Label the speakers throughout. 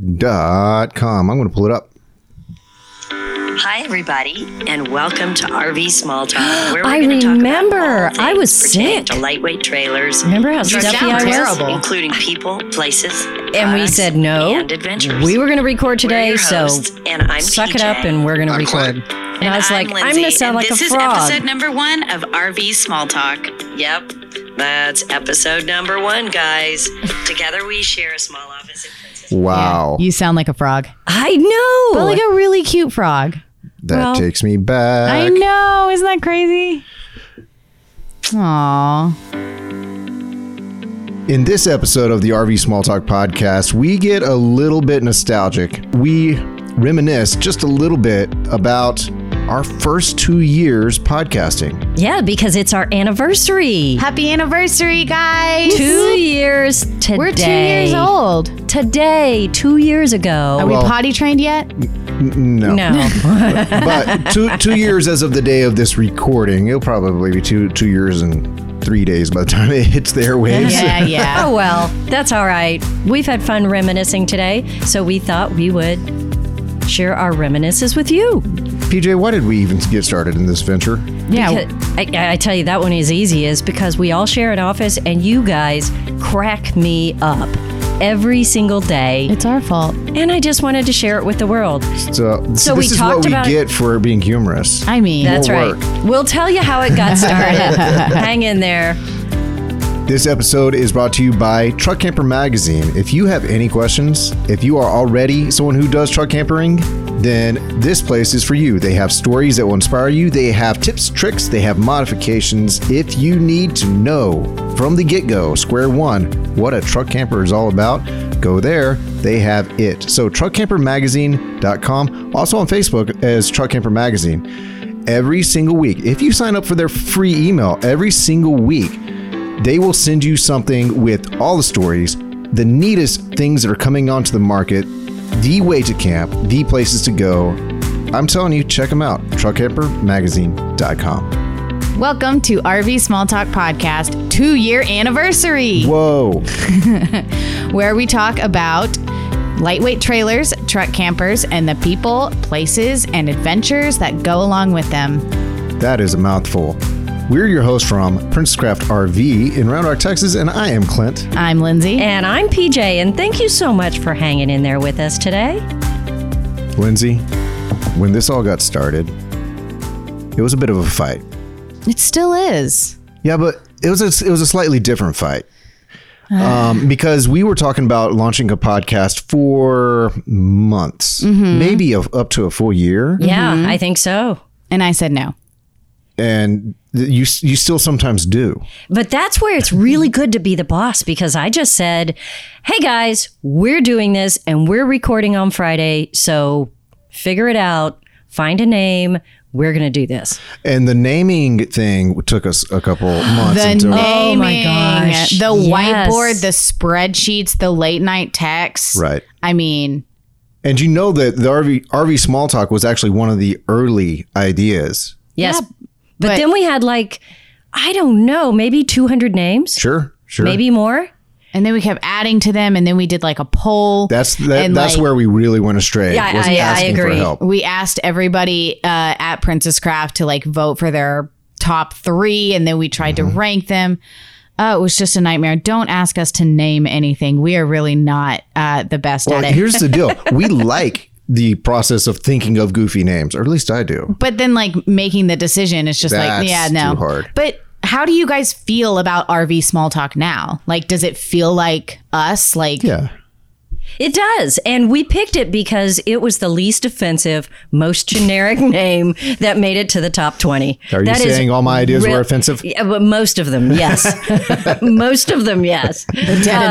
Speaker 1: RVSmallTalk.com. I'm going to pull it up.
Speaker 2: Hi, everybody, and welcome to RV Small Talk. Where
Speaker 3: I
Speaker 2: gonna
Speaker 3: remember.
Speaker 2: all
Speaker 3: I was
Speaker 2: things pertaining
Speaker 3: sick.
Speaker 2: To lightweight trailers.
Speaker 3: Remember how
Speaker 2: Your
Speaker 3: stuffy I
Speaker 2: travels,
Speaker 3: was?
Speaker 4: terrible.
Speaker 2: Including people, places,
Speaker 3: And we
Speaker 2: products,
Speaker 3: said no.
Speaker 2: And adventures.
Speaker 3: We were going to record
Speaker 2: We're
Speaker 3: today,
Speaker 2: your
Speaker 3: so
Speaker 2: hosts, and I'm
Speaker 3: suck it
Speaker 2: PJ.
Speaker 3: up and we're going to
Speaker 1: I'm Clint.
Speaker 3: record. And, I was like,
Speaker 2: Lindsay,
Speaker 3: I'm going to sound
Speaker 2: and
Speaker 3: like a
Speaker 2: this
Speaker 3: frog.
Speaker 2: is episode number one of RV Small Talk. Yep, that's episode number one, guys. Together we share a small office in Princess.
Speaker 1: Wow.
Speaker 4: You sound like a frog,
Speaker 3: I know.
Speaker 4: but like a really cute frog.
Speaker 1: that
Speaker 4: well,
Speaker 1: takes me back.
Speaker 4: I know. Isn't that crazy? Aw.
Speaker 1: In this episode of the RV Small Talk podcast, we get a little bit nostalgic. We reminisce just a little bit about our first two years podcasting.
Speaker 3: yeah, because it's our anniversary.
Speaker 4: Happy anniversary, guys.
Speaker 3: Two years today.
Speaker 4: We're two years old.
Speaker 3: Today, two years
Speaker 4: Are
Speaker 3: ago.
Speaker 4: we
Speaker 1: Well-
Speaker 4: potty trained yet?
Speaker 1: N- No,
Speaker 3: No.
Speaker 1: but two two years as of the day of this recording, it'll probably be two two years and three days by the time it hits the airwaves.
Speaker 4: Yeah, yeah.
Speaker 3: oh, well, that's all right. We've had fun reminiscing today, so we thought we would share our reminiscences with you.
Speaker 1: PJ, why did we even get started in this venture?
Speaker 4: yeah.
Speaker 3: I, I tell you, that one is easy, is because we all share an office, and you guys crack me up every single day.
Speaker 4: It's our fault.
Speaker 3: And I just wanted to share it with the world.
Speaker 1: So,
Speaker 3: So
Speaker 1: uh,
Speaker 3: we
Speaker 1: this is
Speaker 3: talked
Speaker 1: what we
Speaker 3: about it-
Speaker 1: get for being humorous.
Speaker 4: I mean,
Speaker 3: That's
Speaker 1: More
Speaker 3: right. We'll tell you how it got started. Hang in there.
Speaker 1: This episode is brought to you by Truck Camper Magazine. If you have any questions, if you are already someone who does truck campering, then this place is for you. They have stories that will inspire you, they have tips, tricks, they have modifications. If you need to know from the get go, square one, what a truck camper is all about, go there. They have it. So, truckcampermagazine.com, also on Facebook as Truck Camper Magazine. Every single week, if you sign up for their free email every single week, they will send you something with all the stories, the neatest things that are coming onto the market, the way to camp, the places to go. I'm telling you, check them out. TruckCamperMagazine.com.
Speaker 4: welcome to RV Small Talk Podcast two year anniversary,
Speaker 1: Whoa.
Speaker 4: where we talk about lightweight trailers, truck campers, and the people, places, and adventures that go along with them.
Speaker 1: That is a mouthful. We're your host from Princess Craft RV in Round Rock, Texas, and I am Clint.
Speaker 4: I'm Lindsay.
Speaker 3: And I'm PJ, and thank you so much for hanging in there with us today.
Speaker 1: Lindsay, when this all got started, it was a bit of a fight.
Speaker 4: it still is.
Speaker 1: Yeah, but it was a, it was a slightly different fight. Um, because we were talking about launching a podcast for months, maybe a, up to a full year,
Speaker 3: Mm-hmm. Yeah, I think so.
Speaker 4: And I said no.
Speaker 1: and th- you s- you still sometimes do.
Speaker 3: But that's where it's really good to be the boss because I just said, hey guys, we're doing this and we're recording on Friday. So figure it out, find a name. We're going to do this.
Speaker 1: And the naming thing took us a couple months.
Speaker 4: The
Speaker 1: into
Speaker 4: naming,
Speaker 3: Oh gosh,
Speaker 4: the
Speaker 3: yes.
Speaker 4: whiteboard, the spreadsheets, the late night texts.
Speaker 1: Right.
Speaker 4: I mean,
Speaker 1: And you know that the RV RV Small Talk was actually one of the early ideas.
Speaker 3: Yes.
Speaker 4: Yeah,
Speaker 3: but,
Speaker 4: but-
Speaker 3: then we had like, I don't know, maybe 200 names,
Speaker 1: Sure, sure.
Speaker 3: maybe more.
Speaker 4: and then we kept adding to them, and then we did like a poll.
Speaker 1: that's that,
Speaker 4: and,
Speaker 1: that's
Speaker 4: like,
Speaker 1: where we really went astray.
Speaker 3: Yeah, I-
Speaker 1: was
Speaker 3: I- I
Speaker 1: asking for
Speaker 3: agree.
Speaker 1: help.
Speaker 4: we asked everybody uh, at Princess Craft to like vote for their top three, and then we tried
Speaker 1: Mm-hmm.
Speaker 4: to rank them. Oh, it was just a nightmare. Don't ask us to name anything. We are really not uh, the best
Speaker 1: Well,
Speaker 4: at it.
Speaker 1: here's the deal: we like the process of thinking of goofy names, or at least I do.
Speaker 4: But then, like making the decision, it's just
Speaker 1: That's
Speaker 4: like, yeah, no.
Speaker 1: too hard.
Speaker 4: But how do you guys feel about RV small talk now? Like, does it feel like us? Like,
Speaker 1: Yeah.
Speaker 3: It does. And we picked it because it was the least offensive, most generic name that made it to the top 20.
Speaker 1: Are you
Speaker 3: That is
Speaker 1: saying all my ideas
Speaker 3: real-
Speaker 1: were offensive?
Speaker 3: Yeah, but most of them, yes. most of them, yes.
Speaker 4: the dead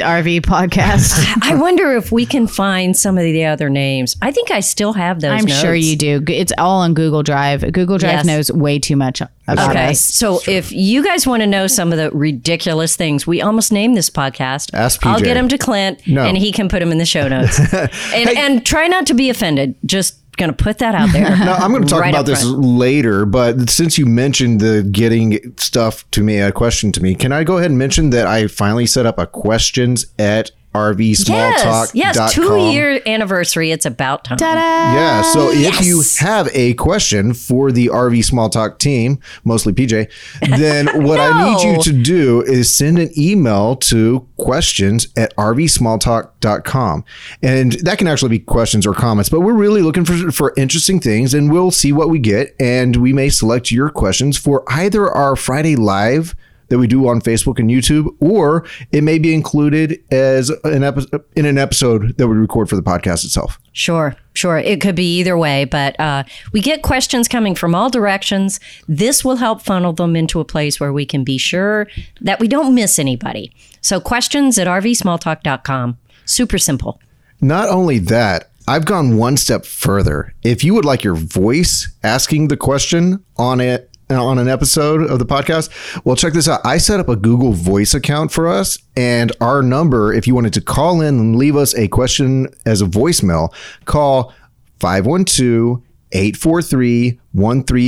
Speaker 4: RV podcast.
Speaker 3: I wonder if we can find some of the other names. I think I still have those.
Speaker 4: I'm sure
Speaker 3: notes.
Speaker 4: you do. G- It's all on Google Drive. Google Drive
Speaker 3: Yes.
Speaker 4: knows way too much about
Speaker 3: Okay,
Speaker 4: us.
Speaker 3: so if you guys want to know some of the ridiculous things, we almost named this podcast.
Speaker 1: Ask
Speaker 3: I'll
Speaker 1: PJ.
Speaker 3: get them to Clint,
Speaker 1: No.
Speaker 3: and he can put them in the show notes. and, and try not to be offended. Just gonna put that out there.
Speaker 1: Now, Uh, I'm going to talk
Speaker 3: Right
Speaker 1: about
Speaker 3: up
Speaker 1: this
Speaker 3: front.
Speaker 1: later, but since you mentioned the getting stuff to me, a question to me, can I go ahead and mention that I finally set up a questions at rvsmalltalk.com.
Speaker 3: yes, yes, two year anniversary. It's about time.
Speaker 4: Ta-da!
Speaker 1: Yeah. So if you
Speaker 3: Yes.
Speaker 1: have a question for the RV Small Talk team, mostly PJ, then what I need you
Speaker 3: No.
Speaker 1: to do is send an email to questions at rvsmalltalk.com. And that can actually be questions or comments, but we're really looking for, for interesting things and we'll see what we get. And we may select your questions for either our Friday Live. That we do on Facebook and YouTube, or it may be included as an episode in an episode that we record for the podcast itself.
Speaker 3: Sure, sure. It could be either way, but uh, we get questions coming from all directions. This will help funnel them into a place where we can be sure that we don't miss anybody. So, questions at rvsmalltalk.com. Super simple.
Speaker 1: Not only that, I've gone one step further. If you would like your voice asking the question on it on an episode of the podcast, well, check this out. I set up a Google Voice account for us, and our number, if you wanted to call in and leave us a question as a voicemail, call 512 843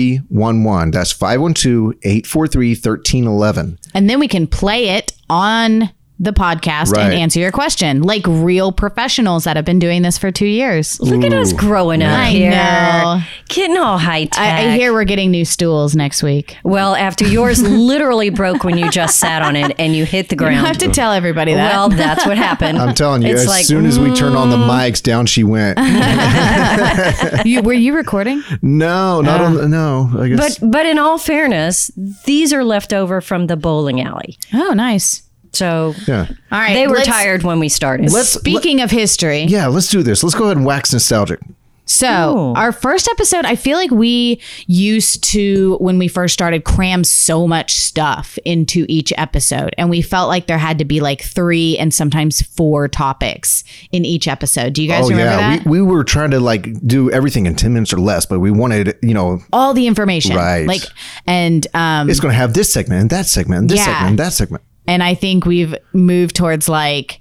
Speaker 1: 1311. That's 512 843 1311.
Speaker 4: And then we can play it on the podcast
Speaker 1: Right.
Speaker 4: and answer your question like real professionals that have been doing this for two years.
Speaker 3: Look at us growing up
Speaker 4: I
Speaker 3: here.
Speaker 4: know.
Speaker 3: Getting all high tech.
Speaker 4: I, I hear we're getting new stools next week.
Speaker 3: well, after yours literally broke when you just sat on it and you hit the
Speaker 4: You don't
Speaker 3: ground.
Speaker 4: have to tell everybody that.
Speaker 3: well, that's what happened.
Speaker 1: I'm telling you,
Speaker 3: It's
Speaker 1: as
Speaker 3: like, "Mm."
Speaker 1: soon as we turn on the mics, down she went.
Speaker 4: You- were you recording?
Speaker 1: No, not on the, no. I guess
Speaker 3: But but in all fairness, these are left over from the bowling alley.
Speaker 4: Oh, nice.
Speaker 3: So
Speaker 1: Yeah.
Speaker 4: All right.
Speaker 3: they were
Speaker 4: let's-
Speaker 3: tired when we started.
Speaker 4: Speaking of history,
Speaker 1: Yeah, Oh. let's do this. Let's go ahead and wax nostalgic.
Speaker 4: So, our first episode, I feel like we used to, when we first started, cram so much stuff into each episode. And we felt like there had to be like three and sometimes four topics in each episode. Do you guys
Speaker 1: Oh
Speaker 4: remember
Speaker 1: yeah,
Speaker 4: that?
Speaker 1: we, we were trying to like do everything in ten minutes or less, but we wanted you know
Speaker 4: All the information.
Speaker 1: Right.
Speaker 4: Like, and, um,
Speaker 1: it's going to have this segment and that segment, and this
Speaker 4: Yeah.
Speaker 1: segment, and that segment.
Speaker 4: and I think we've moved towards like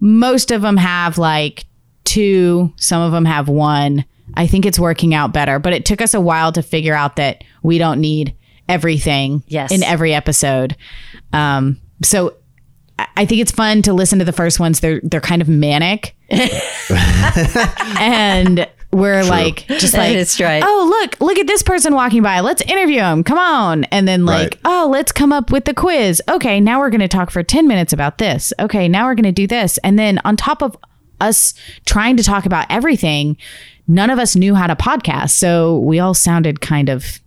Speaker 4: most of them have like two, some of them have one. I think it's working out better, but it took us a while to figure out that we don't need everything
Speaker 3: Yes.
Speaker 4: in every episode. Um, so I- I think it's fun to listen to the first ones. They're they're kind of manic, and we're like just like
Speaker 3: That's right.
Speaker 4: Oh look, look at this person walking by. Let's interview him. Come on, and then like
Speaker 1: Right.
Speaker 4: oh let's come up with the quiz. Okay, now we're going to talk for ten minutes about this. Okay, now we're going to do this, and then on top of us trying to talk about everything, none of us knew how to podcast, so we all sounded kind of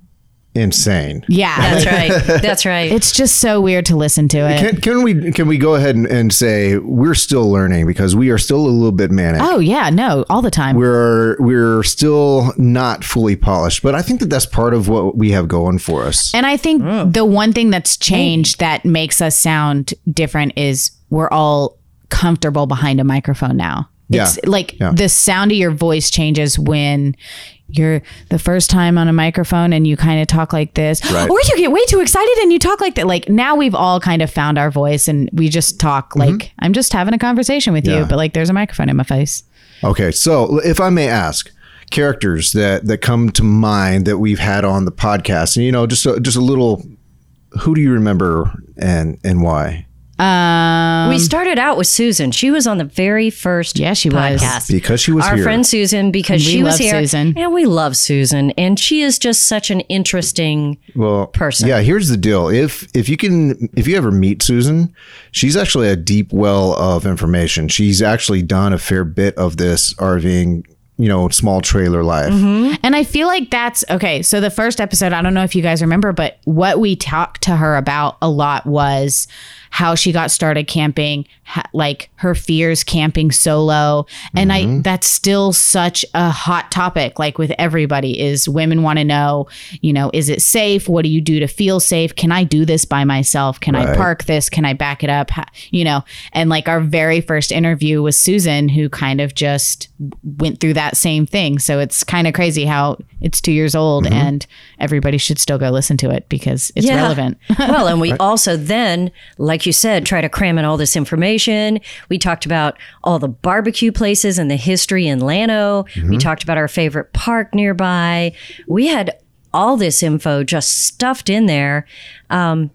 Speaker 1: Insane.
Speaker 4: yeah.
Speaker 3: that's right. That's right.
Speaker 4: It's just so weird to listen to it.
Speaker 1: Can, can we can we go ahead and, and say we're still learning because we are still a little bit manic.
Speaker 4: Oh yeah, no, all the time.
Speaker 1: We're we're still not fully polished, but I think that that's part of what we have going for us.
Speaker 4: And I think
Speaker 1: Oh.
Speaker 4: the one thing that's changed that makes us sound different is we're all comfortable behind a microphone now.
Speaker 1: Yeah.
Speaker 4: It's like
Speaker 1: Yeah.
Speaker 4: the sound of your voice changes when you're the first time on a microphone and you kind of talk like this or you get way too excited and you talk like that like now we've all kind of found our voice and we just talk
Speaker 1: Mm-hmm.
Speaker 4: like i'm just having a conversation with you but like there's a microphone in my face
Speaker 1: Okay, so if I may ask, characters that that come to mind that we've had on the podcast, and you know, just a, just a little, who do you remember and and why?
Speaker 3: we started out with Susan. She was on the very first
Speaker 4: Yeah, she was.
Speaker 3: podcast.
Speaker 1: Because she was
Speaker 3: Our
Speaker 1: here.
Speaker 3: friend Susan, because
Speaker 4: We
Speaker 3: she was
Speaker 4: love
Speaker 3: here.
Speaker 4: Susan.
Speaker 3: And we love Susan. And she is just such an interesting
Speaker 1: well,
Speaker 3: person.
Speaker 1: Yeah, here's the deal. If if you can, if you ever meet Susan, she's actually a deep well of information. She's actually done a fair bit of this RVing, you know, small trailer life.
Speaker 3: Mm-hmm.
Speaker 4: And I feel like that's okay. So the first episode, I don't know if you guys remember, but what we talked to her about a lot was how she got started camping, ha- like her fears camping solo. And I that's still such a hot topic like with everybody is women want to know, you know, is it safe? What do you do to feel safe? Can I do this by myself? Can I park this? Can I back it up? Ha- You know, and like our very first interview was Susan who kind of just went through that same thing. So it's kind of crazy how it's two years old and everybody should still go listen to it because it's
Speaker 3: Yeah.
Speaker 4: relevant.
Speaker 3: well, and we also then, like you said, try to cram in all this information. We talked about all the barbecue places and the history in Lano. We talked about our favorite park nearby. We had all this info just stuffed in there. Um,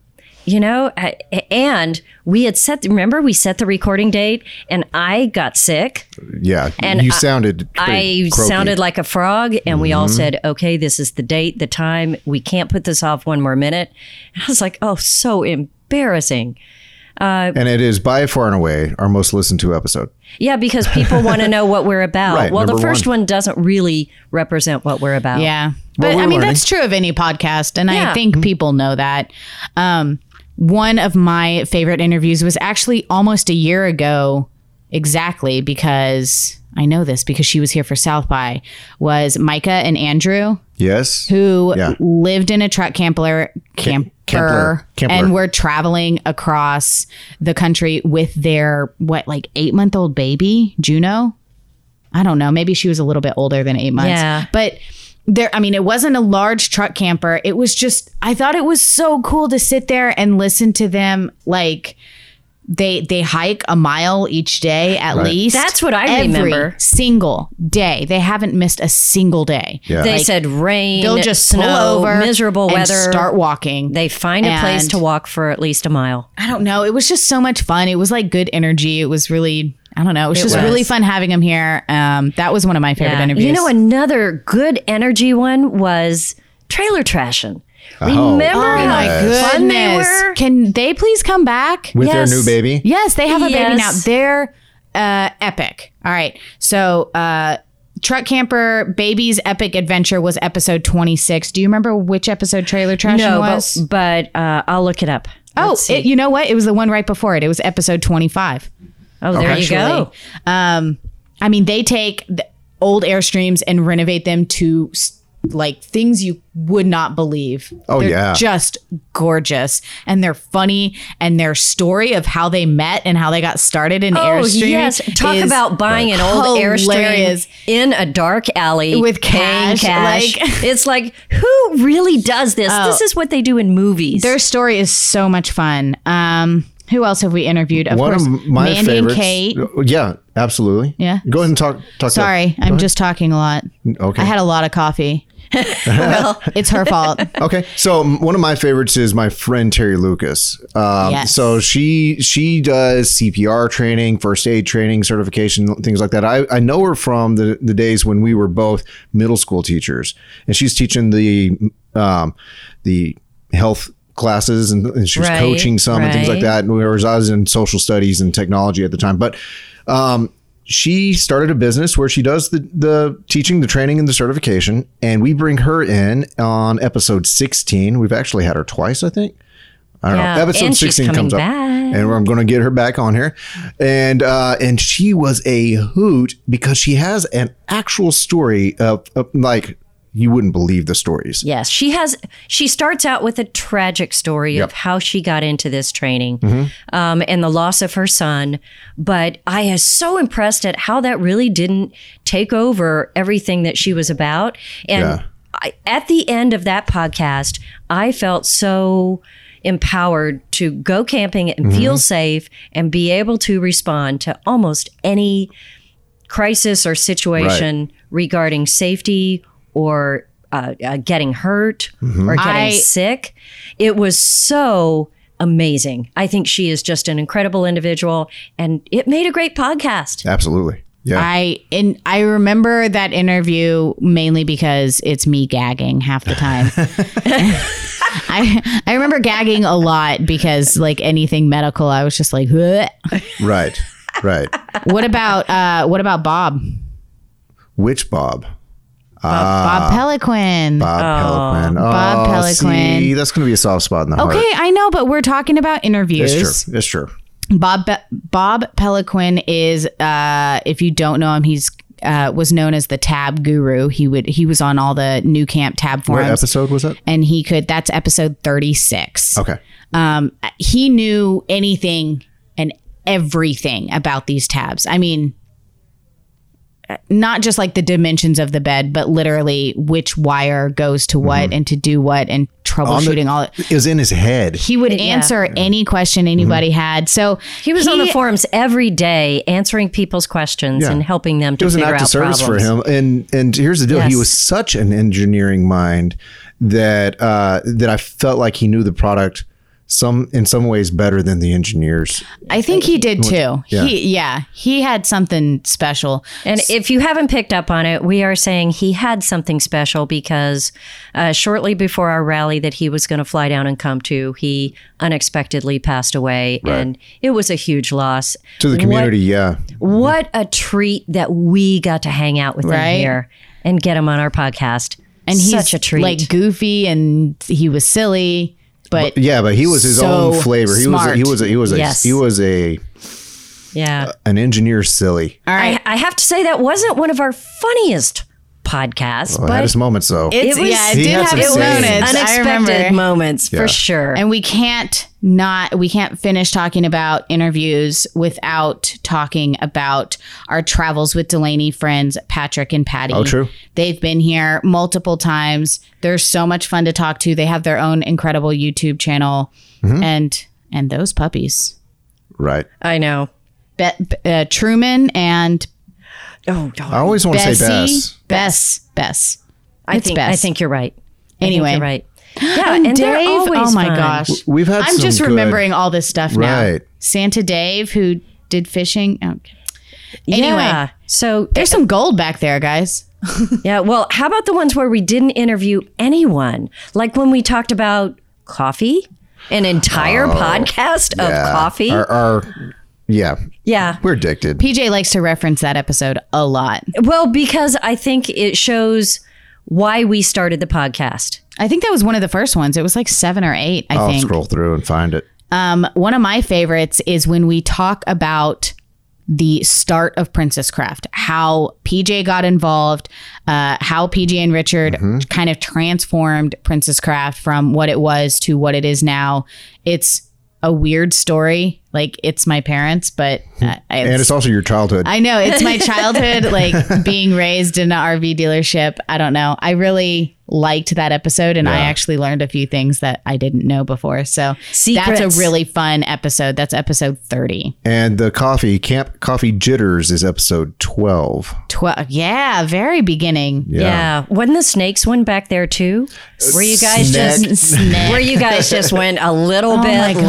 Speaker 3: you know, I- and we had set, remember, we set the recording date and I got sick.
Speaker 1: Yeah,
Speaker 3: And
Speaker 1: you
Speaker 3: I-
Speaker 1: sounded.
Speaker 3: I
Speaker 1: pretty croaky. Mm-hmm.
Speaker 3: sounded like a frog, and we all said, "Okay, this is the date, the time. We can't put this off one more minute." And I was like, "Oh, so embarrassing."
Speaker 1: and it is by far and away our most listened to episode.
Speaker 3: Yeah, because people want to know what we're about.
Speaker 1: Right,
Speaker 3: well, the
Speaker 1: number
Speaker 3: first one. doesn't really represent what we're about.
Speaker 4: Yeah.
Speaker 1: Well,
Speaker 4: But
Speaker 1: we're
Speaker 4: I mean,
Speaker 1: learning.
Speaker 4: that's true of any podcast. And
Speaker 3: Yeah.
Speaker 4: I think people know that. Um, one of my favorite interviews was actually almost a year ago, exactly, because I know this because she was here for South by, was Micah and Andrew,
Speaker 1: Yes.
Speaker 4: who
Speaker 1: Yeah.
Speaker 4: lived in a truck camper, camper,
Speaker 1: campler. Campler.
Speaker 4: and were traveling across the country with their, what, like eight month old baby, Juno? I don't know. Maybe she was a little bit older than eight months.
Speaker 3: Yeah.
Speaker 4: But there, I mean, it wasn't a large truck camper. It was just, I thought it was so cool to sit there and listen to them. Like they they hike a mile each day at least.
Speaker 3: That's what I
Speaker 4: Every
Speaker 3: remember.
Speaker 4: Single day, they haven't missed a single day.
Speaker 1: Yeah.
Speaker 3: They
Speaker 1: Like,
Speaker 3: said rain,
Speaker 4: They'll just
Speaker 3: snow,
Speaker 4: pull over,
Speaker 3: miserable
Speaker 4: and
Speaker 3: weather.
Speaker 4: start walking.
Speaker 3: they find a place
Speaker 4: And-
Speaker 3: to walk for at least a mile.
Speaker 4: I don't know. It was just so much fun. It was like good energy. It was really, I don't know. It was just
Speaker 3: was.
Speaker 4: really fun having them here. Um, that was one of my favorite
Speaker 3: Yeah.
Speaker 4: interviews.
Speaker 3: You know, another good energy one was trailer trashing. Remember
Speaker 4: Oh
Speaker 3: how
Speaker 4: my
Speaker 1: Yes.
Speaker 3: fun they
Speaker 4: goodness.
Speaker 3: were?
Speaker 4: Can they please come back?
Speaker 1: With their
Speaker 3: Yes.
Speaker 1: new baby.
Speaker 4: Yes, they have a baby now.
Speaker 3: Yes.
Speaker 4: They're uh, epic. All right. So, uh, Truck Camper Baby's Epic Adventure was episode 26. Do you remember which episode Trailer Trash
Speaker 3: No,
Speaker 4: was?
Speaker 3: but, but uh, I'll look it up.
Speaker 4: oh,
Speaker 3: Let's see.
Speaker 4: it, you know what? It was the one right before it. It was episode 25.
Speaker 3: oh, there you go.
Speaker 4: actually. Um, I mean, they take the old Airstreams and renovate them to s- like things you would not believe.
Speaker 1: Oh,
Speaker 4: They're
Speaker 1: yeah.
Speaker 4: just gorgeous, and they're funny, and their story of how they met and how they got started in
Speaker 3: Oh
Speaker 4: Airstream.
Speaker 3: yes, talk
Speaker 4: is
Speaker 3: about buying an old
Speaker 4: hilarious.
Speaker 3: airstream in a dark alley
Speaker 4: With
Speaker 3: paying
Speaker 4: cash,
Speaker 3: cash.
Speaker 4: like- Oh.
Speaker 3: it's like who really does this? This is what they do in movies.
Speaker 4: Their story is so much fun. Um, who else have we interviewed? Of
Speaker 1: One
Speaker 4: course,
Speaker 1: of my
Speaker 4: Mandy
Speaker 1: favorites. Uh,
Speaker 4: and Kate.
Speaker 1: Yeah, absolutely.
Speaker 4: Yeah.
Speaker 1: Go ahead and talk. Talk.
Speaker 4: Sorry, I'm just talking a lot.
Speaker 1: Okay.
Speaker 4: I had a lot of coffee. well, it's her fault.
Speaker 1: Okay, so m- one of my favorites is my friend Terry Lucas. Um,
Speaker 4: Yes.
Speaker 1: So she she does CPR training, first aid training, certification, things like that. I, I know her from the, the days when we were both middle school teachers, and she's teaching the um, the health classes and, and she was
Speaker 3: Right,
Speaker 1: coaching some and things like
Speaker 3: right.
Speaker 1: that. And whereas I was in social studies and technology at the time, but um, she started a business where she does the, the teaching, the training, and the certification. And we bring her in on episode 16. We've actually had her twice, I think. I don't know.
Speaker 3: Yeah,
Speaker 1: Episode
Speaker 3: and she's
Speaker 1: 16
Speaker 3: coming
Speaker 1: comes up.
Speaker 3: back.
Speaker 1: And I'm going to get her back on here. And uh, and she was a hoot because she has an actual story of, of like, you wouldn't believe the stories.
Speaker 3: Yes, she has. She starts out with a tragic story of how she got into this training um, and the loss of her son. But I is so impressed at how that really didn't take over everything that she was about. And
Speaker 1: Yeah.
Speaker 3: I, at the end of that podcast, I felt so empowered to go camping and feel safe and be able to respond to almost any crisis or situation regarding safety or uh, uh, getting hurt
Speaker 1: Mm-hmm.
Speaker 3: or getting
Speaker 4: I-
Speaker 3: sick. It was so amazing. I think she is just an incredible individual and it made a great podcast.
Speaker 1: Absolutely. Yeah.
Speaker 4: I and I remember that interview mainly because it's me gagging half the time. I I remember gagging a lot because like anything medical, I was just like, "Ugh."
Speaker 1: right. Right.
Speaker 4: what about uh, what about Bob? Bob,
Speaker 1: Which Bob?
Speaker 4: Bob Peliquin.
Speaker 1: Uh, Bob Pelican.
Speaker 4: Oh, Bob
Speaker 1: Oh,
Speaker 4: Pelican.
Speaker 1: See, that's going to be a soft spot in the heart.
Speaker 4: Okay, I know, but we're talking about interviews.
Speaker 1: It's true. It's true.
Speaker 4: Bob Be- Bob Peliquin is uh, if you don't know him, he's uh, was known as the Tab Guru. He would he was on all the new camp Tab
Speaker 1: What
Speaker 4: forums.
Speaker 1: episode was that?
Speaker 4: and he could that's episode 36
Speaker 1: Okay.
Speaker 4: um he knew anything and everything about these tabs i mean not just like the dimensions of the bed but literally which wire goes to what
Speaker 1: Mm-hmm.
Speaker 4: and to do what and troubleshooting all that
Speaker 1: It was in his head.
Speaker 4: he would answer any question anybody
Speaker 1: Mm-hmm.
Speaker 4: had so
Speaker 3: He was on the forums every day answering people's questions
Speaker 1: Yeah.
Speaker 3: and helping them
Speaker 1: It
Speaker 3: to
Speaker 1: was an
Speaker 3: figure
Speaker 1: act of
Speaker 3: out
Speaker 1: service
Speaker 3: problems.
Speaker 1: for him. And and here's the deal: he
Speaker 3: Yes.
Speaker 1: was such an engineering mind that uh, that I felt like he knew the product some in some ways better than the engineers.
Speaker 4: I think he did too.
Speaker 1: yeah.
Speaker 4: He yeah, he had something special.
Speaker 3: And if you haven't picked up on it, we are saying he had something special because uh, shortly before our rally that he was going to fly down and come to, he unexpectedly passed away. And it was a huge loss.
Speaker 1: To the community, yeah.
Speaker 3: What a treat that we got to hang out with
Speaker 4: Right.
Speaker 3: him here and get him on our podcast.
Speaker 4: And he's
Speaker 3: such a treat.
Speaker 4: like goofy and he was silly, but,
Speaker 1: Yeah, but he was his
Speaker 4: So
Speaker 1: own flavor. He was a, he
Speaker 4: smart.
Speaker 1: was a, he was a,
Speaker 3: Yes.
Speaker 1: he was a
Speaker 3: yeah.
Speaker 4: uh,
Speaker 1: an engineer silly.
Speaker 4: all right.
Speaker 3: I, I have to say that wasn't one of our funniest podcasts,
Speaker 1: Well, I had
Speaker 3: but
Speaker 1: his moments though.
Speaker 4: It's,
Speaker 3: was-
Speaker 4: yeah, it
Speaker 1: He
Speaker 4: did
Speaker 1: had
Speaker 4: have
Speaker 1: some
Speaker 4: its
Speaker 1: sayings.
Speaker 4: moments. I
Speaker 3: unexpected
Speaker 4: remember.
Speaker 3: moments
Speaker 1: Yeah.
Speaker 3: for sure.
Speaker 4: And we can't not we can't finish talking about interviews without talking about our travels with Delaney friends Patrick and Patty. Oh,
Speaker 1: true.
Speaker 4: They've been here multiple times. They're so much fun to talk to. They have their own incredible YouTube channel,
Speaker 1: Mm-hmm.
Speaker 4: and and those puppies,
Speaker 1: right.
Speaker 3: I know.
Speaker 4: Be- uh, Truman and
Speaker 3: Oh, don't.
Speaker 1: I always want to
Speaker 4: Bessie,
Speaker 1: say Bess.
Speaker 4: Bess, Bess.
Speaker 3: I
Speaker 4: It's
Speaker 3: think
Speaker 4: best.
Speaker 3: I think you're right. I think
Speaker 4: Anyway.
Speaker 3: you're right. Yeah, and, they're
Speaker 4: Dave,
Speaker 3: always
Speaker 4: oh my
Speaker 3: fun.
Speaker 4: gosh,
Speaker 1: We've had
Speaker 4: I'm
Speaker 1: some
Speaker 4: just
Speaker 1: good-
Speaker 4: remembering all this stuff now.
Speaker 1: Right.
Speaker 4: Santa Dave, who did fishing. Okay. Anyway,
Speaker 3: Yeah. So
Speaker 4: there's some gold back there, guys.
Speaker 3: yeah, well, how about the ones where we didn't interview anyone? Like when we talked about coffee, an entire podcast
Speaker 1: Yeah.
Speaker 3: of coffee.
Speaker 1: Our, our- yeah,
Speaker 3: yeah.
Speaker 1: we're addicted.
Speaker 4: PJ likes to reference that episode a lot.
Speaker 3: Well, because I think it shows why we started the podcast.
Speaker 4: I think that was one of the first ones. It was like seven or eight, I
Speaker 1: I'll
Speaker 4: think.
Speaker 1: scroll through and find it.
Speaker 4: Um, one of my favorites is when we talk about the start of Princess Craft, how PJ got involved, uh, how PJ and Richard kind of transformed Princess Craft from what it was to what it is now. It's a weird story. Like it's my parents, but uh, it's,
Speaker 1: And it's also your childhood.
Speaker 4: I know it's my childhood, like being raised in an RV dealership. I don't know. I really liked that episode, and I actually learned a few things that I didn't know before. So that's
Speaker 3: Secrets.
Speaker 4: a really fun episode. That's episode thirty.
Speaker 1: and the coffee camp coffee jitters is episode twelve.
Speaker 4: Twelve. Yeah, very beginning.
Speaker 3: Yeah. Wasn't the snakes one back there too? Where you guys just
Speaker 4: Snack.
Speaker 3: where you guys just went a little
Speaker 4: Oh
Speaker 3: bit
Speaker 4: my god,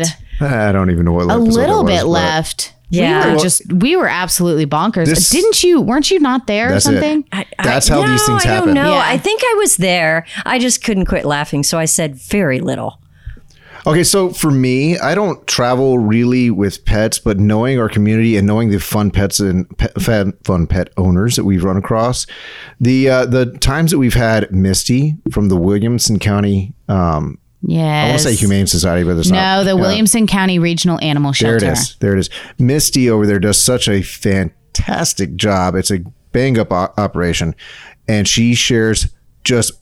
Speaker 3: left.
Speaker 1: I don't even know what
Speaker 4: a little bit left.
Speaker 3: Yeah.
Speaker 4: we were
Speaker 3: Well,
Speaker 4: just we were absolutely bonkers.
Speaker 1: this-
Speaker 4: Didn't you? Weren't you not there or
Speaker 1: That's it.
Speaker 4: something?
Speaker 1: That's how these
Speaker 3: no,
Speaker 1: things
Speaker 3: I
Speaker 1: happen.
Speaker 3: don't know.
Speaker 4: Yeah.
Speaker 3: I think I was there. I just couldn't quit laughing, so I said very little.
Speaker 1: Okay, so for me, I don't travel really with pets, but knowing our community and knowing the fun pets and pe- fun, fun pet owners that we've run across, the uh, the times that we've had Misty from the Williamson County, um,
Speaker 4: Yes.
Speaker 1: I want to say Humane Society, but it's not.
Speaker 4: No, the
Speaker 1: Yeah.
Speaker 4: Williamson County Regional Animal
Speaker 1: There
Speaker 4: Shelter.
Speaker 1: it is. There it is. Misty over there does such a fantastic job. It's a bang up o- operation, and she shares just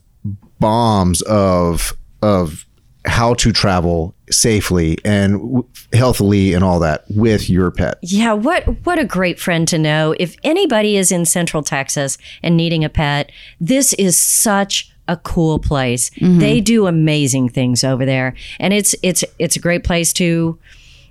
Speaker 1: bombs of of how to travel safely and w- healthily and all that with your pet.
Speaker 3: Yeah, what what a great friend to know. If anybody is in Central Texas and needing a pet, this is such a cool place. They do amazing things over there, and it's it's it's a great place to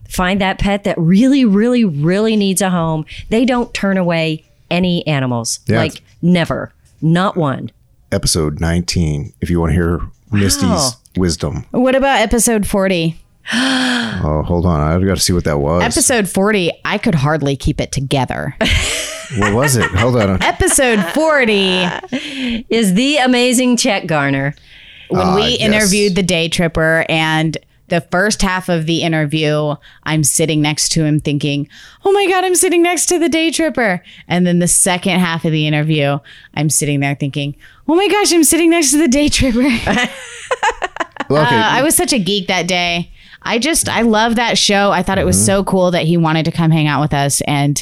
Speaker 3: find that pet that really really really needs a home. They don't turn away any animals.
Speaker 1: Yeah.
Speaker 3: Like never. Not one.
Speaker 1: Episode 19 if you want to hear Misty's wisdom.
Speaker 4: What about episode forty?
Speaker 1: Oh, hold on. I've got to see what that was.
Speaker 4: Episode 40, I could hardly keep it together.
Speaker 1: what was it? Hold on.
Speaker 4: Episode 40,
Speaker 3: Is the amazing Chet Garner.
Speaker 4: when
Speaker 1: Ah,
Speaker 4: we
Speaker 1: yes.
Speaker 4: interviewed the day tripper and the first half of the interview, I'm sitting next to him thinking, oh my God, I'm sitting next to the day tripper. And then the second half of the interview, I'm sitting there thinking, oh my gosh, I'm sitting next to the day tripper.
Speaker 1: Okay.
Speaker 4: Uh, I was such a geek that day. I just I love that show. I thought it
Speaker 1: Mm-hmm.
Speaker 4: was so cool that he wanted to come hang out with us, and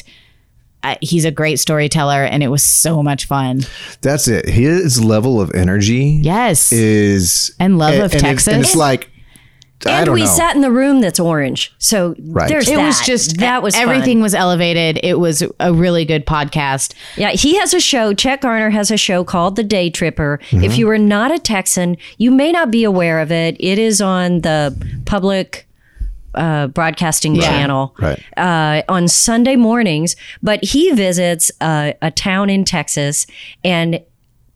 Speaker 4: uh, he's a great storyteller, and it was so much fun.
Speaker 1: That's it. His level of energy.
Speaker 4: Yes,
Speaker 1: is
Speaker 4: And love of
Speaker 1: it's-
Speaker 4: Texas.
Speaker 1: and it's like I
Speaker 3: And
Speaker 1: don't
Speaker 3: we
Speaker 1: know.
Speaker 3: sat in the room that's orange. So there's
Speaker 4: it
Speaker 3: that.
Speaker 4: was just
Speaker 3: that was fun.
Speaker 4: everything was elevated. It was a really good podcast.
Speaker 3: Yeah, he has a show. Chet Garner has a show called The Day Tripper.
Speaker 4: Mm-hmm.
Speaker 3: If you are not a Texan, you may not be aware of it. It is on the public uh, broadcasting channel
Speaker 1: right.
Speaker 3: uh, on Sunday mornings. But he visits uh, a town in Texas and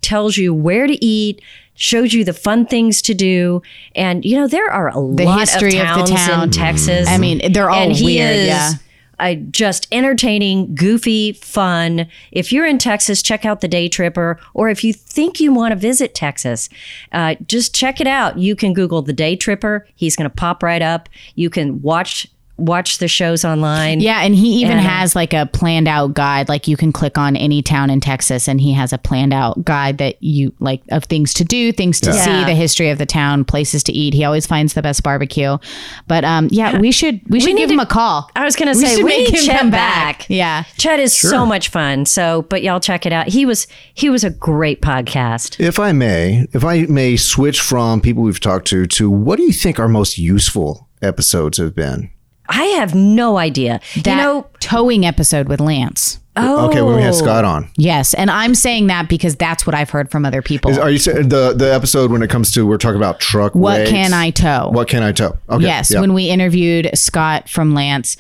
Speaker 3: tells you where to eat, showed you the fun things to do. And, you know, there are a
Speaker 4: The
Speaker 3: lot
Speaker 4: history
Speaker 3: of
Speaker 4: of the
Speaker 3: towns in
Speaker 4: town.
Speaker 3: Texas.
Speaker 4: I mean, they're all
Speaker 3: and he
Speaker 4: Oh, weird.
Speaker 3: is
Speaker 4: yeah.
Speaker 3: uh, just entertaining, goofy, fun. If you're in Texas, check out the Day Tripper, or if you think you want to visit Texas, uh, just check it out. You can Google the Day Tripper; he's going to pop right up. You can watch watch the shows online.
Speaker 4: Yeah, and he even
Speaker 3: And, uh,
Speaker 4: has like a planned out guide. Like you can click on any town in Texas, and he has a planned out guide that you like of things to do, things to
Speaker 3: Yeah.
Speaker 4: see, the history of the town, places to eat. He always finds the best barbecue. But um, yeah, we should we should give him a call.
Speaker 3: I was going to say
Speaker 4: should
Speaker 3: we
Speaker 4: make
Speaker 3: need
Speaker 4: him
Speaker 3: Chet
Speaker 4: come
Speaker 3: back.
Speaker 4: back. Yeah.
Speaker 3: Chet is so much fun. So, but y'all check it out. He was he was a great podcast.
Speaker 1: If I may, if I may switch from people we've talked to to what do you think our most useful episodes have been?
Speaker 3: I have no idea.
Speaker 4: That
Speaker 3: you know,
Speaker 4: towing episode with Lance.
Speaker 3: oh,
Speaker 1: Okay, when we had Scott on.
Speaker 4: Yes, and I'm saying that because that's what I've heard from other people.
Speaker 1: Is- Are you saying the the episode when it comes to we're talking about truck?
Speaker 4: what
Speaker 1: weights?
Speaker 4: can I tow?
Speaker 1: What can I tow? Okay.
Speaker 4: Yes,
Speaker 1: yeah.
Speaker 4: when we interviewed Scott from Lance,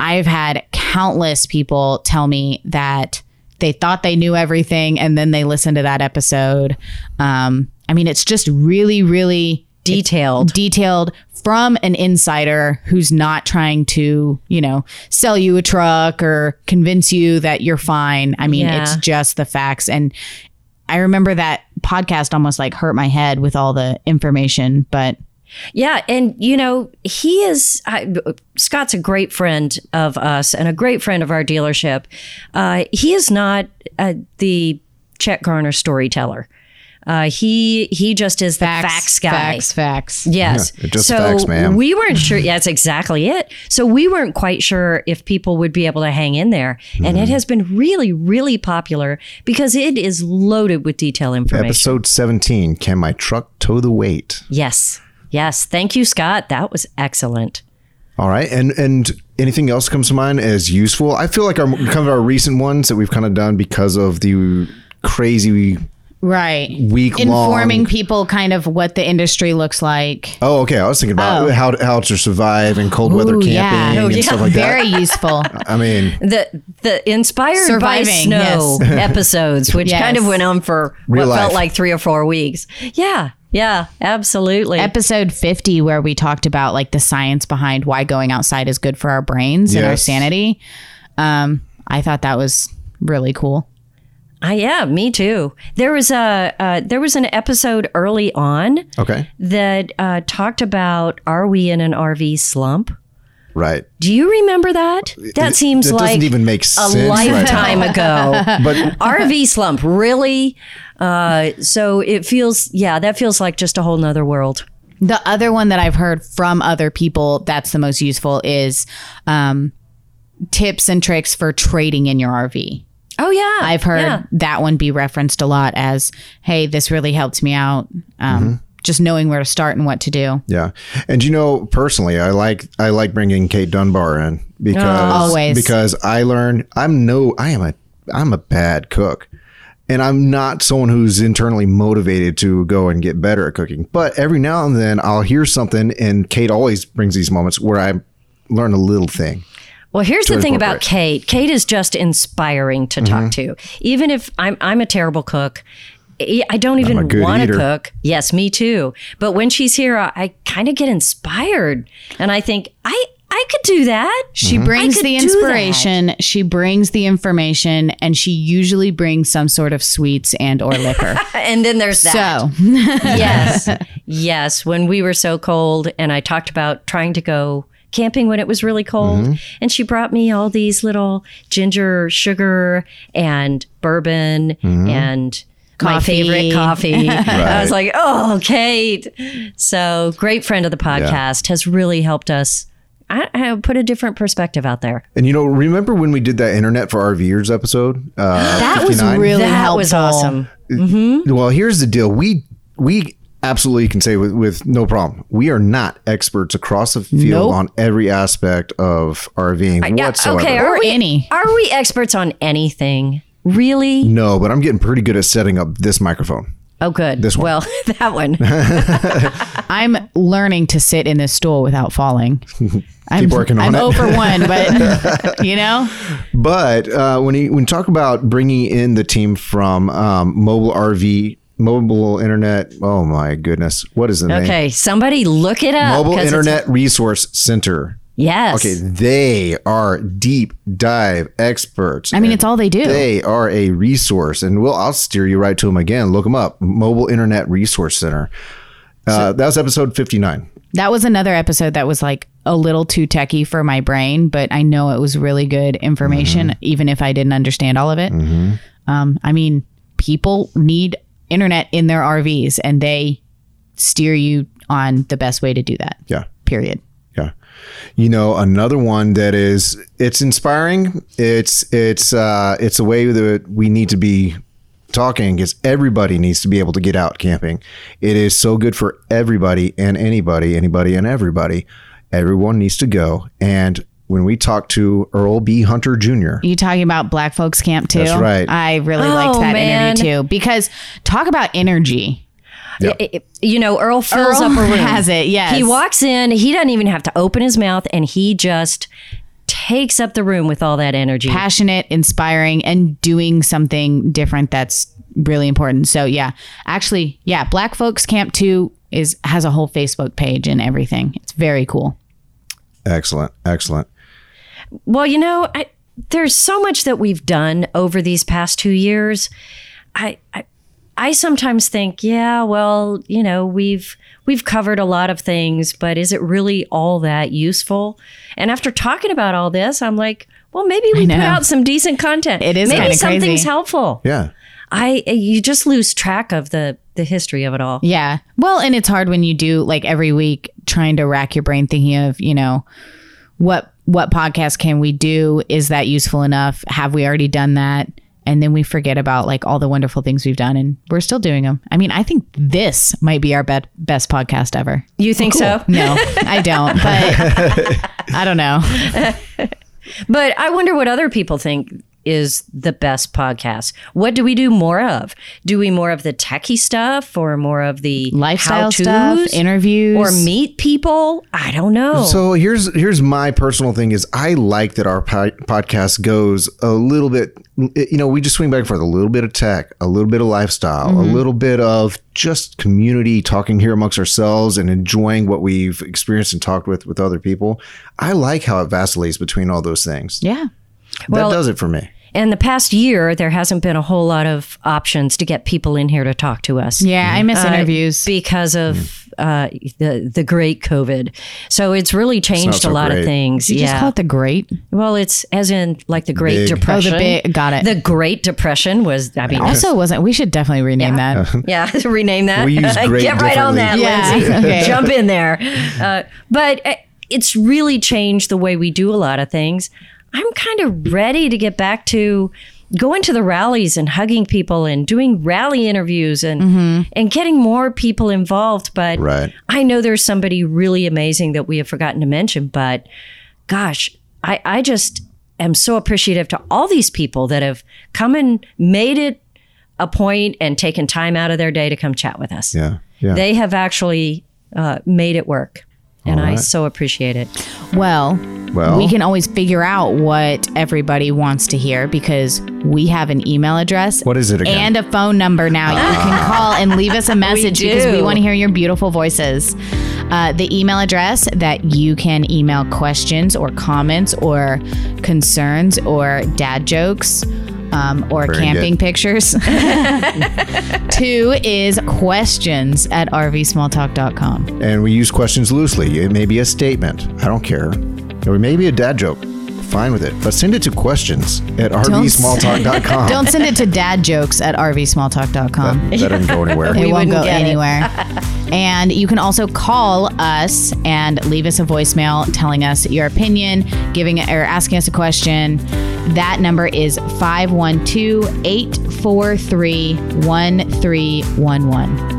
Speaker 4: I've had countless people tell me that they thought they knew everything and then they listened to that episode. Um, I mean, it's just really, really
Speaker 3: detailed.
Speaker 4: detailed from an insider who's not trying to, you know, sell you a truck or convince you that you're fine. I mean,
Speaker 3: Yeah.
Speaker 4: it's just the facts. And I remember that podcast almost like hurt my head with all the information, but
Speaker 3: Yeah, and you know he is I, Scott's a great friend of us and a great friend of our dealership. Uh, he is not uh, the Chet Garner storyteller. Uh, he he just is the facts, guy.
Speaker 4: facts, facts.
Speaker 3: Yes.
Speaker 1: Yeah, just
Speaker 3: so
Speaker 1: facts, ma'am.
Speaker 3: we weren't sure. Yeah, that's exactly it. So we weren't quite sure if people would be able to hang in there, and
Speaker 1: Mm-hmm.
Speaker 3: it has been really, really popular because it is loaded with detail information.
Speaker 1: Episode 17 Can my truck tow the weight?
Speaker 3: Yes. Yes. Thank you, Scott. That was excellent.
Speaker 1: All right. And and anything else comes to mind as useful? I feel like our kind of our recent ones that we've kind of done because of the crazy
Speaker 4: right
Speaker 1: week long
Speaker 4: informing people kind of what the industry looks like
Speaker 1: Oh, okay. I was thinking about how to, how to survive in cold weather
Speaker 4: Ooh,
Speaker 1: camping
Speaker 4: yeah. Oh,
Speaker 1: and
Speaker 3: yeah.
Speaker 1: stuff like that.
Speaker 4: very useful
Speaker 1: I mean,
Speaker 3: the the inspired by
Speaker 4: Surviving,
Speaker 3: snow episodes, which
Speaker 4: Yes.
Speaker 3: kind of went on for
Speaker 1: Real
Speaker 3: what
Speaker 1: life.
Speaker 3: felt like three or four weeks. Yeah, yeah, absolutely.
Speaker 4: episode 50 where we talked about like the science behind why going outside is good for our brains and our
Speaker 1: Yes.
Speaker 4: sanity um i thought that was really cool
Speaker 3: I yeah, me too. There was a uh, there was an episode early on
Speaker 1: okay.
Speaker 3: that uh, talked about are we in an RV slump?
Speaker 1: Right.
Speaker 3: Do you remember that? That seems
Speaker 1: it doesn't
Speaker 3: like
Speaker 1: even make
Speaker 3: a
Speaker 1: sense. right now.
Speaker 3: lifetime ago.
Speaker 1: But
Speaker 3: RV slump, really? Uh, so it feels yeah, that feels like just a whole nother world.
Speaker 4: the other one that i've heard from other people that's the most useful is um tips and tricks for trading in your rv
Speaker 3: Oh yeah,
Speaker 4: I've heard
Speaker 3: Yeah.
Speaker 4: that one be referenced a lot as, "Hey, this really helped me out." Um,
Speaker 1: Mm-hmm.
Speaker 4: Just knowing where to start and what to do.
Speaker 1: Yeah, and you know, personally, I like I like bringing Kate Dunbar in because
Speaker 4: Always.
Speaker 1: because I learned I'm no I am a I'm a bad cook, and I'm not someone who's internally motivated to go and get better at cooking. But every now and then, I'll hear something, and Kate always brings these moments where I learn a little thing.
Speaker 3: Well, here's the thing about Kate. Kate is just inspiring to talk
Speaker 1: Mm-hmm.
Speaker 3: to. Even if I'm I'm a terrible cook, I I don't even
Speaker 1: good
Speaker 3: want to
Speaker 1: eater.
Speaker 3: cook. Yes, me too. But when she's here, I, I kind of get inspired, and I think I I could do that.
Speaker 1: Mm-hmm.
Speaker 4: She brings
Speaker 3: could do
Speaker 4: the
Speaker 3: that.
Speaker 4: inspiration. She brings the information, and she usually brings some sort of sweets and or liquor.
Speaker 3: And then there's that.
Speaker 4: so
Speaker 3: Yes, yes. When we were so cold, and I talked about trying to go camping when it was really cold,
Speaker 1: Mm-hmm.
Speaker 3: and she brought me all these little ginger sugar and bourbon
Speaker 1: Mm-hmm.
Speaker 3: and my
Speaker 4: Coffee.
Speaker 3: favorite coffee. I was like, oh, Kate. So great friend of the podcast has really helped us. I, I put a different perspective out there.
Speaker 1: And you know, remember when we did that internet for RVers episode? Uh,
Speaker 4: that was
Speaker 1: 59?
Speaker 4: really
Speaker 3: that
Speaker 4: helpful.
Speaker 3: was awesome.
Speaker 1: Well, here's the deal. We we absolutely can say with, with no problem. We are not experts across the field
Speaker 4: Nope.
Speaker 1: on every aspect of RVing
Speaker 3: Yeah,
Speaker 1: whatsoever.
Speaker 3: okay,
Speaker 4: Or
Speaker 3: are we,
Speaker 4: any.
Speaker 3: Are we experts on anything? Really?
Speaker 1: No, but I'm getting pretty good at setting up this microphone.
Speaker 3: Oh, good.
Speaker 1: This one.
Speaker 3: Well, that one.
Speaker 4: I'm learning to sit in this stool without falling. I'm,
Speaker 1: Keep working on
Speaker 4: I'm
Speaker 1: it.
Speaker 4: over one, but you know,
Speaker 1: But uh, when you when you talk about bringing in the team from um, mobile RV mobile internet. Oh my goodness, what is the name?
Speaker 3: Okay, somebody look it up.
Speaker 1: Mobile
Speaker 3: 'cause it's-
Speaker 1: Internet Resource Center.
Speaker 3: Yes.
Speaker 1: Okay, they are deep dive experts.
Speaker 4: I mean, it's all they do.
Speaker 1: They are a resource, and we'll I'll steer you right to them again. Look them up. Mobile Internet Resource Center. Uh, that was episode fifty nine.
Speaker 4: That was another episode that was like a little too techie for my brain, but I know it was really good information,
Speaker 1: Mm-hmm.
Speaker 4: even if I didn't understand all of it. Um, I mean, people need internet in their RVs, and they steer you on the best way to do that.
Speaker 1: Yeah,
Speaker 4: Period.
Speaker 1: yeah. You know, another one that is it's inspiring. It's it's uh, it's a way that we need to be talking is everybody needs to be able to get out camping. It is so good for everybody and anybody, anybody and everybody. Everyone needs to go. And when we talk to Earl B. Hunter Jr.,
Speaker 4: You talking about Black Folks Camp too?
Speaker 1: That's right.
Speaker 4: I really
Speaker 3: Oh,
Speaker 4: liked that
Speaker 3: man.
Speaker 4: interview too because talk about energy.
Speaker 3: I- I- you know, Earl fills
Speaker 4: Earl
Speaker 3: up a room.
Speaker 4: has it, yes.
Speaker 3: He walks in, he doesn't even have to open his mouth, and he just takes up the room with all that energy.
Speaker 4: passionate, inspiring, and doing something different that's really important. So yeah, actually, yeah, Black Folks Camp Two is has a whole Facebook page and everything. It's very cool.
Speaker 1: excellent, excellent.
Speaker 3: Well, you know, I, there's so much that we've done over these past two years. I, I, I sometimes think, yeah, well, you know, we've we've covered a lot of things, but is it really all that useful? And after talking about all this, I'm like, well, maybe we put
Speaker 4: know.
Speaker 3: out some decent content.
Speaker 4: It is
Speaker 3: maybe
Speaker 4: kinda
Speaker 3: something's
Speaker 4: crazy.
Speaker 3: helpful.
Speaker 1: Yeah.
Speaker 3: I you just lose track of the the history of it all.
Speaker 4: Yeah. Well, and it's hard when you do like every week trying to rack your brain thinking of, you know, what what podcast can we do? Is that useful enough? Have we already done that? And then we forget about like all the wonderful things we've done and we're still doing them. I mean, I think this might be our bet best podcast ever.
Speaker 3: You think so?
Speaker 4: No, I don't. But I don't know.
Speaker 3: But I wonder what other people think is the best podcast. What do we do more of? Do we more of the techie stuff or more of the
Speaker 4: Lifestyle
Speaker 3: how-tos?
Speaker 4: stuff, interviews,
Speaker 3: or meet people? I don't know.
Speaker 1: So here's here's my personal thing is I like that our po- podcast goes a little bit you know we just swing back and forth a little bit of tech a little bit of lifestyle a little bit of just community talking here amongst ourselves and enjoying what we've experienced and talked with with other people I like how it vacillates between all those things
Speaker 4: Yeah.
Speaker 3: Well-
Speaker 1: that does it for me
Speaker 3: and the past year there hasn't been a whole lot of options to get people in here to talk to us.
Speaker 4: Yeah, I
Speaker 3: Uh,
Speaker 4: miss interviews.
Speaker 3: Because of
Speaker 1: Mm.
Speaker 3: uh, the the great COVID, so it's really changed
Speaker 1: so
Speaker 3: a lot
Speaker 1: great.
Speaker 3: of things.
Speaker 4: You
Speaker 3: yeah,
Speaker 4: just call it the great.
Speaker 3: well, it's as in like the Great
Speaker 1: Big. Oh, the
Speaker 4: Oh,
Speaker 3: Depression.
Speaker 4: the big. Got it.
Speaker 3: The Great Depression was, I mean,
Speaker 4: also wasn't. We should definitely rename that.
Speaker 3: Yeah, rename that.
Speaker 1: We use great
Speaker 3: Get right on
Speaker 1: differently.
Speaker 3: that,
Speaker 4: Yeah,
Speaker 3: Lindsay.
Speaker 4: okay.
Speaker 3: Jump in there. Uh, but uh, it's really changed the way we do a lot of things. I'm kind of ready to get back to going to the rallies and hugging people and doing rally interviews and
Speaker 4: Mm-hmm.
Speaker 3: and getting more people involved. But
Speaker 1: Right.
Speaker 3: I know there's somebody really amazing that we have forgotten to mention, but gosh, I, I just am so appreciative to all these people that have come and made it a point and taken time out of their day to come chat with us.
Speaker 1: yeah yeah
Speaker 3: They have actually uh, made it work. And I so appreciate it.
Speaker 4: Well,
Speaker 1: Well.
Speaker 4: we can always figure out what everybody wants to hear because we have an email address.
Speaker 1: What is it again?
Speaker 4: And a phone number now. You can call and leave us a message because we
Speaker 3: do.
Speaker 4: want to hear your beautiful voices. Uh, the email address that you can email questions or comments or concerns or dad jokes um, or
Speaker 1: Very
Speaker 4: camping
Speaker 1: good.
Speaker 4: pictures to is questions at rvsmalltalk.com.
Speaker 1: and we use questions loosely. It may be a statement. I don't care. Or it may be a dad joke. Fine with it. But send it to questions at rvsmalltalk.com.
Speaker 4: Don't send it to dad jokes at rvsmalltalk.com.
Speaker 1: that doesn't go anywhere.
Speaker 4: It won't
Speaker 3: wouldn't
Speaker 4: go
Speaker 3: get it.
Speaker 4: anywhere. and you can also call us and leave us a voicemail telling us your opinion, giving or asking us a question. That number is 512 843 1311.